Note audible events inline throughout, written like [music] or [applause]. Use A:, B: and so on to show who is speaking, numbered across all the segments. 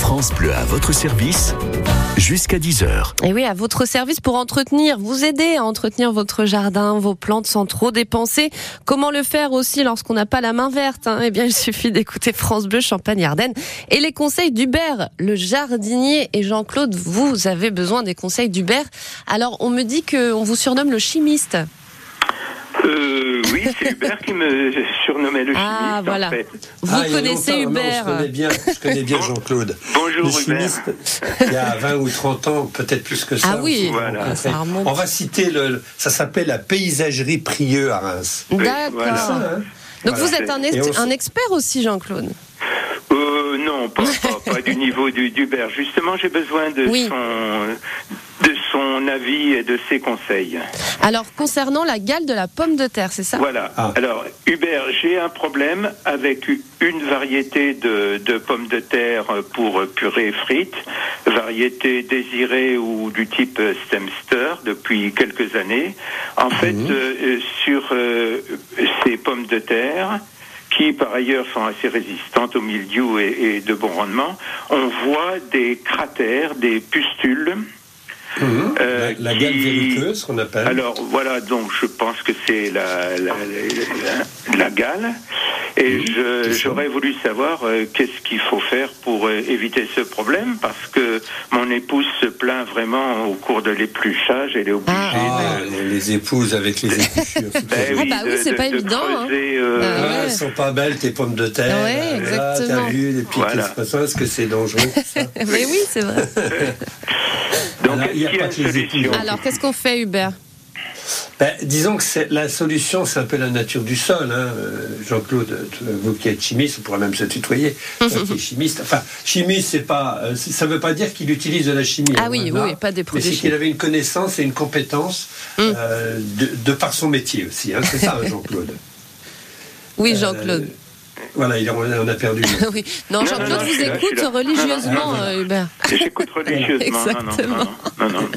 A: France Bleu à votre service jusqu'à 10h.
B: Et oui, à votre service pour entretenir, vous aider à entretenir votre jardin, vos plantes sans trop dépenser. Comment le faire aussi lorsqu'on n'a pas la main verte hein Eh bien, il suffit d'écouter France Bleu Champagne Ardennes et les conseils d'Hubert, le jardinier. Et Jean-Claude, vous avez besoin des conseils d'Hubert. Alors, on me dit qu'on vous surnomme le chimiste.
C: Euh, oui,
B: [laughs]
C: c'est Hubert qui me surnommait le chimiste.
B: Ah, voilà.
C: en fait.
B: Vous
D: Ah, il y a
B: connaissez
D: longtemps. Non,
B: Hubert
D: je connais bien, je
C: [laughs]
D: connais bien Jean-Claude.
C: Bonjour
D: Le
C: Hubert.
D: chimiste, il y a 20 ou 30 ans, peut-être plus que ça.
B: Ah oui,
D: on s'est
C: Voilà.
D: rencontrés.
B: ça remonte.
D: On va citer, le, ça s'appelle la paysagerie Prieux à Reims.
C: voilà.
B: D'accord. Donc
D: Voilà.
B: vous êtes un,
D: Et
B: est-
D: on se-
B: un expert aussi, Jean-Claude.
C: Euh, non, pas, pas,
B: [laughs]
C: pas du niveau du- d'Hubert. Justement, j'ai besoin de,
B: Oui.
C: son, de son avis et de ses conseils.
B: Alors concernant la gale de la pomme de terre, c'est ça [laughs]
C: Voilà.
D: Ah.
C: Alors, Hubert, j'ai un problème avec une variété de, de pommes de terre pour purée et frites, variété désirée ou du type stemster depuis quelques années. En
D: Mhm.
C: fait, euh, euh, sur euh, ces pommes de terre, qui par ailleurs sont assez résistantes au milieu et, et de bon rendement, on voit des cratères, des pustules. euh,
D: Mhm. la, la gamme
C: qui-
D: verruqueuse, qu'on appelle.
C: alors voilà, donc je pense que c'est la, la, la- la gale. Et je- j'aurais voulu savoir euh, qu'est-ce qu'il faut faire pour euh, éviter ce problème, parce que mon épouse se plaint vraiment au cours de l'épluchage, elle est obligée
D: Ah,
C: de...
D: les, les épouses avec les
C: [laughs]
D: épluchures.
C: Ben
B: Ah bah oui,
C: de-
B: c'est
C: de-
B: pas
C: de
B: évident, hein.
C: creuser, euh,
B: Bah
D: Ah,
B: ouais.
D: elles sont pas belles tes pommes de terre.
B: Ouais,
D: Ah,
B: exactement.
D: T'as vu, et puis
C: Ben Voilà.
D: qu'est-ce qui se passe Est-ce que c'est dangereux ça
B: Mais oui, c'est
D: [laughs]
B: vrai.
C: Donc,
D: Alors, Ah il y
C: est-ce qu'il y
D: a
C: a
D: pas
C: une
D: que les
C: solution
D: études.
B: Alors qu'est-ce qu'on fait, Hubert
D: Ben, disons que c'est, la solution, c'est un peu la nature du sol. Hein. Euh, Jean-Claude, t- vous qui êtes chimiste, on pourrait même se tutoyer. Toi
B: [laughs]
D: qui es chimiste. Enfin, chimiste, c'est pas, euh, c'est- ça ne veut pas dire qu'il utilise de la chimie.
B: Ah
D: hein,
B: oui,
D: voilà.
B: oui, pas des produits
D: Mais c'est qu'il
B: chimiques. Mm.
D: avait une connaissance et une compétence euh, de, de par son métier aussi. hein.
B: [laughs]
D: C'est ça, hein, Jean-Claude.
B: Oui, Jean-Claude.
D: Euh, voilà, il- on a- on a perdu.
B: [laughs] oui. Non,
C: Euh, non,
B: Jean-Claude
C: non, je
B: vous
C: suis là, je
B: écoute
C: suis là.
B: religieusement, euh, Hubert.
C: J'écoute religieusement. Non, non, non,
B: Exactement.
C: non, non, non.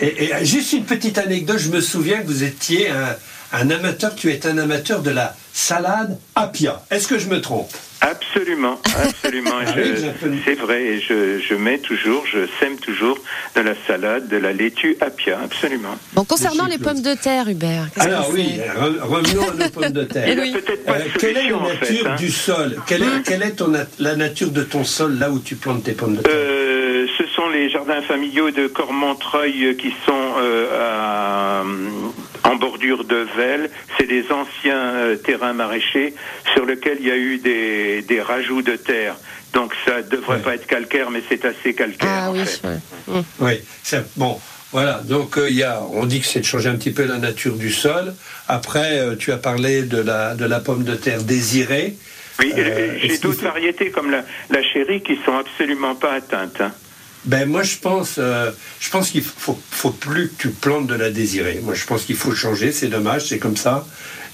D: Et, et- et juste une petite anecdote, je me souviens que vous étiez un, un amateur, tu es un amateur de la salade apia. Est-ce que je me trompe
C: Absolument, absolument.
D: Ah
C: Je-
D: oui, j'ai reconnu.
C: c'est vrai, et je, je mets toujours, je sème toujours de la salade, de la laitue apia, absolument.
B: Bon, concernant les
D: Jean-Claude.
B: pommes de terre, Hubert, qu'est-ce
D: Alors
B: que
D: oui,
B: c'est
D: re- revenons à nos pommes de terre.
B: Et
C: Il
B: oui.
C: a peut-être pas
D: Euh,
C: de
D: quelle est
C: solution,
D: la
C: en fait.
D: nature
C: hein.
D: du sol Quelle est, quelle est ton nat- la nature de ton sol là où tu plantes tes pommes de terre
C: Euh, ce sont les jardins familiaux de Cormontreuil euh, qui sont euh, à- en bordure de Velle. C'est des anciens euh, terrains maraîchers sur lesquels il y a eu des, des rajouts de terre. Donc ça devrait
D: Ouais.
C: pas être calcaire, mais c'est assez calcaire.
B: Ah
C: en
B: oui,
C: fait.
B: ouais.
D: Oui, c'est- bon. Voilà, donc euh, il y a, on dit que c'est de changer un petit peu la nature du sol. Après, euh, tu as parlé de la, de la pomme de terre désirée.
C: Oui, et- et
D: Euh,
C: j'ai
D: est-ce qu'il
C: d'autres
D: faut-
C: variétés comme la, la chérie qui sont absolument pas atteintes. hein.
D: Ben moi je pense, euh, je pense qu'il faut, faut plus que tu plantes de la désirée. Moi je pense qu'il faut changer, c'est dommage, c'est comme ça.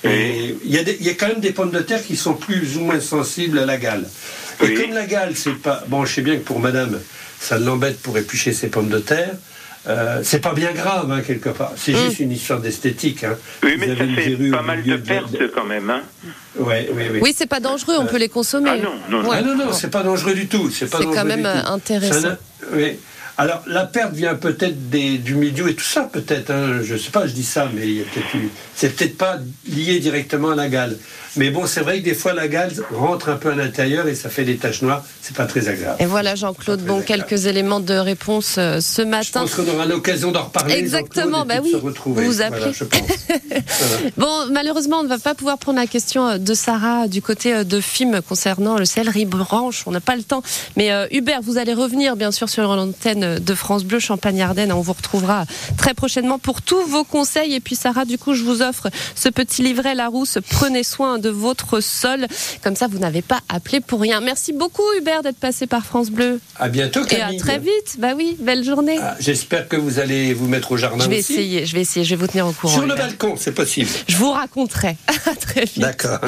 D: Et il y, a des- il y a quand même des pommes de terre qui sont plus ou moins sensibles à la gale. Et
C: Oui.
D: comme la gale, c'est pas bon, je sais bien que pour Madame, ça l'embête pour éplucher ses pommes de terre. euh, c'est pas bien grave hein, quelque part. C'est juste une histoire d'esthétique. hein.
C: Oui,
D: Vous
C: mais
D: avez
C: ça
D: une
C: fait
D: verrue
C: pas
D: au
C: mal de
D: milieu
C: pertes quand même. Hein.
D: Ouais, oui, oui.
B: Oui, c'est pas dangereux, on peut les consommer.
C: Ah non, non, non.
B: Ouais.
D: Ah non, non, c'est pas dangereux du tout. C'est pas
B: C'est quand
D: dangereux
B: même,
D: du tout.
B: euh, intéressant.
D: Ça n'a- oui. Alors, la perte vient peut-être des- du milieu et tout ça, peut-être. hein. je sais pas, je dis ça, mais il y a peut-être eu- c'est peut-être pas lié directement à la gale. Mais bon, c'est vrai que des fois, la gale rentre un peu à l'intérieur et ça fait des taches noires. C'est pas très agréable.
B: Et voilà, Jean-Claude, bon, quelques éléments de réponse euh, ce
D: Je
B: matin.
D: pense qu'on aura l'occasion d'en reparler.
B: Exactement,
D: Jean-Claude, et
B: bah
D: puis de
B: oui.
D: Se retrouver.
B: Vous
D: Voilà,
B: appelez.
D: je pense. Voilà.
B: Bon, malheureusement, on ne va pas pouvoir prendre la question euh, de Sarah euh, du côté euh, de FIM concernant le céleri branche. On n'a pas le temps. Mais euh, Hubert, vous allez revenir, bien sûr, sur l'antenne euh, de France Bleu Champagne-Ardenne. On vous retrouvera très prochainement pour tous vos conseils. Et puis, Sarah, du coup, je vous offre ce petit livret Larousse. Prenez soin de votre sol. Comme ça, vous n'avez pas appelé pour rien. Merci beaucoup, Hubert, d'être passé par France Bleu.
D: À bientôt,
B: [laughs] Et à
D: Camille.
B: très vite. Bah oui, belle journée.
D: Ah, J'espère que vous allez vous mettre au jardin
B: Je vais
D: aussi.
B: essayer, je vais essayer, je vais vous tenir au courant.
D: Sur le
B: Hubert. [laughs]
D: balcon, c'est possible. [laughs]
B: Je vous raconterai. À très vite.
D: D'accord.